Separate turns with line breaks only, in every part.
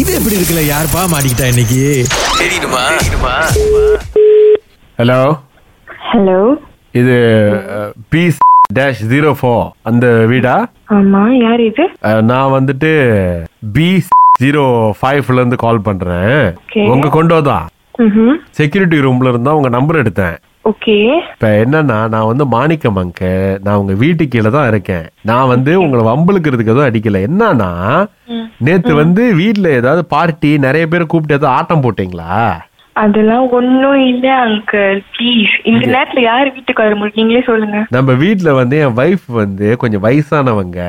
இது எப்படி இருக்குல்ல யாருப்பா மாட்டிக்கிட்டா இன்னைக்கு
ஹலோ
ஹலோ
இது பி டேஷ் ஜீரோ ஃபோர் அந்த வீடா
ஆமா யார் இது
அஹ், நான் வந்துட்டு பி ஜீரோ ஃபைவ்ல இருந்து கால் பண்றேன்
Okay.
உங்க கொண்டோ தான்
ம்
செக்யூரிட்டி ரூம்ல இருந்தா உங்க நம்பர் எடுத்தேன்
ஓகே
இப்ப என்னன்னா நான் வந்து மாணிக்கம் அங்க நான் உங்க வீட்டு கீழே தான் இருக்கேன் நான் வந்து உங்களை வம்பளுக்கிறதுக்கு எதுவும் அடிக்கல என்னன்னா நேத்து வந்து வீட்ல ஏதாவது பார்ட்டி நிறைய பேர் கூப்பிட்டு ஏதாவது ஆட்டம் போட்டீங்களா
அதெல்லாம் ஒன்றும் இல்லை அங்கிள் ப்ளீஸ் இந்த நேரத்தில் யார் வீட்டுக்கு வர முடியும் நீங்களே சொல்லுங்க
நம்ம வீட்ல வந்து என் வைஃப் வந்து கொஞ்சம் வயசானவங்க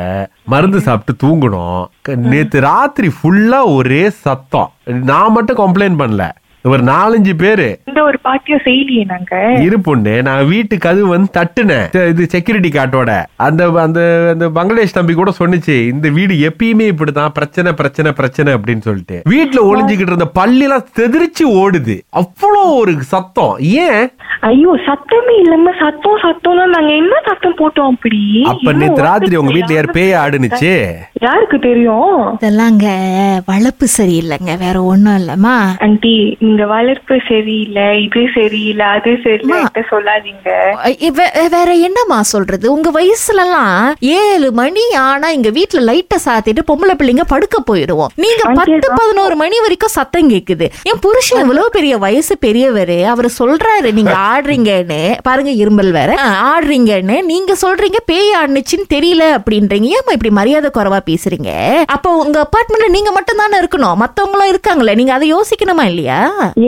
மருந்து சாப்பிட்டு தூங்கணும் க- நேத்து ராத்திரி ஃபுல்லா ஒரே சத்தம் நான் மட்டும் கம்ப்ளைண்ட் பண்ணல ஒரு நாலஞ்சு பேரு
இந்த ஒரு பார்ட்டியும் செய்யலையே நாங்க
இரு பொண்ணு நான் வீட்டு கதவு வந்து தட்டுனேன் சே, இது செக்யூரிட்டி கார்டோட அந்த அந்த அந்த பங்களாதேஷ் தம்பி கூட சொன்னுச்சு இந்த வீடு எப்பயுமே இப்படிதான் பிரச்சனை பிரச்சனை பிரச்சனை அப்படின்னு சொல்லிட்டு வீட்ல ஒளிஞ்சுக்கிட்டு இருந்த பள்ளியெல்லாம் செதிரிச்சு ஓடுது அவ்வளோ ஒரு சத்தம் ஏன்
ஐயோ சத்தமே இல்லாம சத்தம் சத்தம்னா நாங்க என்ன சத்தம் போட்டோம் அப்படி
அப்ப நேத்து ராத்திரி உங்க வீட்டுல யார் பேய் ஆடுனுச்சு
யாருக்கு தெரியும்
இதெல்லாங்க வளர்ப்பு சரியில்லைங்க வேற ஒண்ணும் இல்லம்மா
ஆண்டி நீங்க வளர்ப்பு சரியில்லை இது சரியில்லை அது சரியில்லை
அம்மா.
என்கிட்ட சொல்லாதீங்க
இ- வே- வேற என்னம்மா சொல்றது உங்க வயசுலலாம் ஏழு மணி ஆனா இங்க வீட்டுல லைட்ட சாத்திட்டு பொம்பளை பிள்ளைங்க படுக்க போயிடுவோம் நீங்க பத்து பதினோரு மணி வரைக்கும் சத்தம் கேக்குது என் புருஷன் இவ்வளவு பெரிய வயசு பெரியவரு அவர் சொல்றாரு நீங்க ஆடுறீங்கன்னு பாருங்க இரும்பல் வேற ஆ, ஆடுறீங்கன்னு நீங்க சொல்றீங்க பேய் ஆடுனுச்சுன்னு தெரியல அப்படின்றீங்க ஏமா இப்படி மரியாதை குறைவா பேசுறீங்க அப்போ உங்க அபார்ட்மெண்ட்ல நீங்க மட்டும் தானே இருக்கணும் மத்தவங்களும் இருக்காங்களே நீங்க அதை யோசிக்கணுமா இல்லையா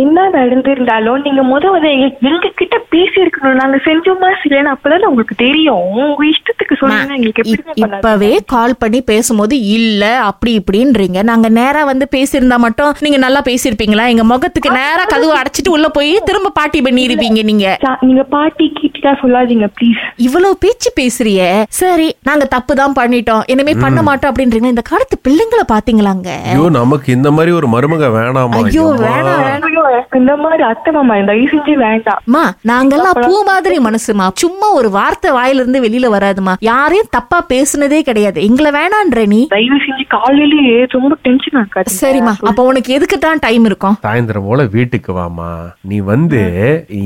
என்ன நடந்திருந்தாலும் நீங்க முத முத எங்க- எங்க கிட்ட பேசி இருக்கணும் நாங்க செஞ்சோமா செய்யலன்னு அப்பதான் உங்களுக்கு தெரியும் உங்க இஷ்டத்துக்கு
நான்
சொல்லுங்க எங்களுக்கு
இப்-
எப்படி
இப்பவே கால் பண்ணி பேசும்போது இல்ல அப்படி இப்படின்றீங்க நாங்க நேரா வந்து பேசியிருந்தா மட்டும் நீங்க நல்லா பேசியிருப்பீங்களா எங்க முகத்துக்கு நேரா கதவு அடைச்சிட்டு உள்ள போய் திரும்ப பாட்டி பண்ணிருப்பீங்க நீங்க
நீங்க பாட்டி கிட்டா சொல்லாதீங்க ப்ளீஸ்
இவ்வளவு பேச்சு பேசுறிய சரி நாங்க தப்பு தான் பண்ணிட்டோம் இனிமே பண்ண மாட்டோம் அப்படின்றீங்க இந்த காலத்து பிள்ளைங்களை பாத்தீங்களாங்க
ஐயோ நமக்கு இந்த மாதிரி ஒரு மருமக வேணாமா
ஐயோ வேணாம் வேணாம்
இந்த மாதிரி அத்தை மாமா இந்த தயவு செஞ்சு வேண்டாம்
மா நாங்கெல்லாம் பூ மாதிரி மனசுமா சும்மா ஒரு வார்த்தை வாயில இருந்து வெளியில வராதுமா யாரையும் தப்பா பேசுனதே கிடையாது எங்களை வேணான்ற நீ
தயவு செஞ்சு காலையிலேயே ரொம்ப டென்ஷன் ஆக்காது
சரிம்மா அப்ப உனக்கு எதுக்கு தான் டைம் இருக்கும்
சாயந்தரம் போல வீட்டுக்கு வாமா நீ வந்து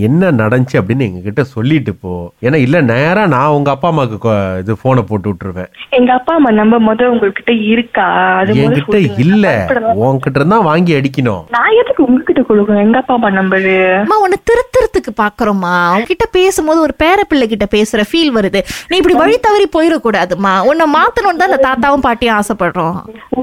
என்ன நடந்துச்சு அப்படின்னு எங்க கிட்ட சொல்லிட்டு போ ஏன்னா இல்ல நேரா நான் உங்க அப்பா அம்மாக்கு கொ- இது போனை போட்டு விட்டுருவேன்
எங்க அப்பா அம்மா நம்ம முத உங்ககிட்ட இருக்கா அது முத
என்கிட்ட
சொல்லுங்க.
இல்ல
பயப்படலாம்.
உன்கிட்ட இருந்தா வாங்கி அடிக்கணும்
நான் எதுக்கு உங்ககிட்ட கொடுக்கணும் எங்க அப்பா அம்மா நம்பரு
அம்மா உன்னை திருத்துறதுக்கு பாக்குறோம்மா அவகிட்ட பேசும்போது ஒரு பேர பிள்ளை கிட்ட பேசுற ஃபீல் வருது நீ இப்படி வழி தவறி போயிடக்கூடாதுமா உன்னை மாத்தணும்னு தான் இந்த தாத்தாவும் பாட்டியும் ஆசைப்படுறோம்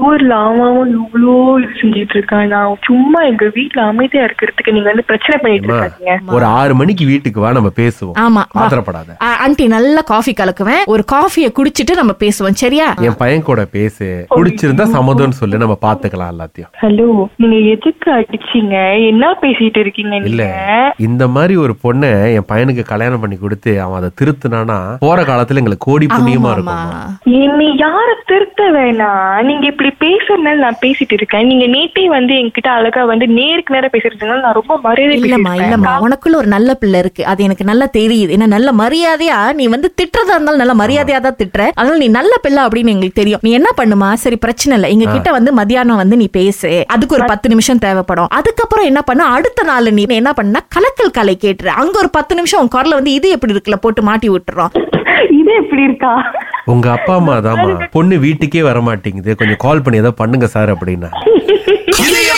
ஊர்ல அவன் இவ்வளோ இது செஞ்சுட்டு இருக்கான் நான் சும்மா எங்க வீட்டுல அமைதியா இருக்கிறதுக்கு நீங்க வந்து பிரச்சனை பண்ணிட்டு
அம்மா,
இருக்காதீங்க
ஒரு ஆறு மணிக்கு வீட்டுக்கு வா நம்ம பேசுவோம்
ஆமா வா.
ஆத்திரப்படாத
ஆ, ஆண்டி நல்லா காஃபி கலக்குவேன் ஒரு காஃபியை குடிச்சிட்டு நம்ம பேசுவோம் சரியா
என் பையன் கூட பேசு குடிச்சிருந்தா சம்மதம்னு சொல்லி நம்ம பாத்துக்கலாம் எல்லாத்தையும்
ஹலோ நீங்க எதுக்கு அடிச்சீங்க என்ன பேசிட்டு இருக்கீங்க
இல்ல
நீங்க
இந்த மாதிரி ஒரு பொண்ணை என் பையனுக்கு கல்யாணம் பண்ணி கொடுத்து அவன் அதை திருத்துனானா போற காலத்துல எங்களுக்கு கோடி புண்ணியமா
ஆமாம்மா.
இருக்கும்
என்னை யார திருத்த வேணாம் நீங்க இப்படி பேசுறதுனால நான் பேசிட்டு இருக்கேன் நீங்க நேத்தே வந்து என்கிட்ட அழகா வந்து நேருக்கு நேரம் பேசுறதுனால நான் ரொம்ப மரியாதை
இல்லம்மா
பேசிட்டு
இல்லம்மா உனக்குள்ள ஒரு நல்ல பிள்ளை இருக்கு அது எனக்கு நல்லா தெரியுது ஏன்னா நல்ல மரியாதையா நீ வந்து திட்டுறதா இருந்தாலும் நல்ல மரியாதையா தான் திட்டுற அதனால நீ நல்ல பிள்ளை அப்படின்னு எங்களுக்கு தெரியும் நீ என்ன பண்ணுமா சரி பிரச்சனை இல்ல எங்க கிட்ட வந்து மதியானம் வந்து நீ பேசு அதுக்கு ஒரு பத்து நிமிஷம் தேவைப்படும் அதுக்கப்புறம் என்ன பண்ண அடுத்த நாள் நீ என்ன பண்ணா கலக்கல் கலை கேட்டுரு அங்க ஒரு பத்து நிமிஷம் உன் குரல வந்து இது எப்படி இருக்குல்ல போட்டு மாட்டி விட்டுறோம்
இது எப்படி இருக்கா
உங்க அப்பா அம்மா தாம்மா பொண்ணு வீட்டுக்கே வர மாட்டேங்குது கொஞ்சம் கால் பண்ணி ஏதோ பண்ணுங்க சார் அப்படின்னா
இது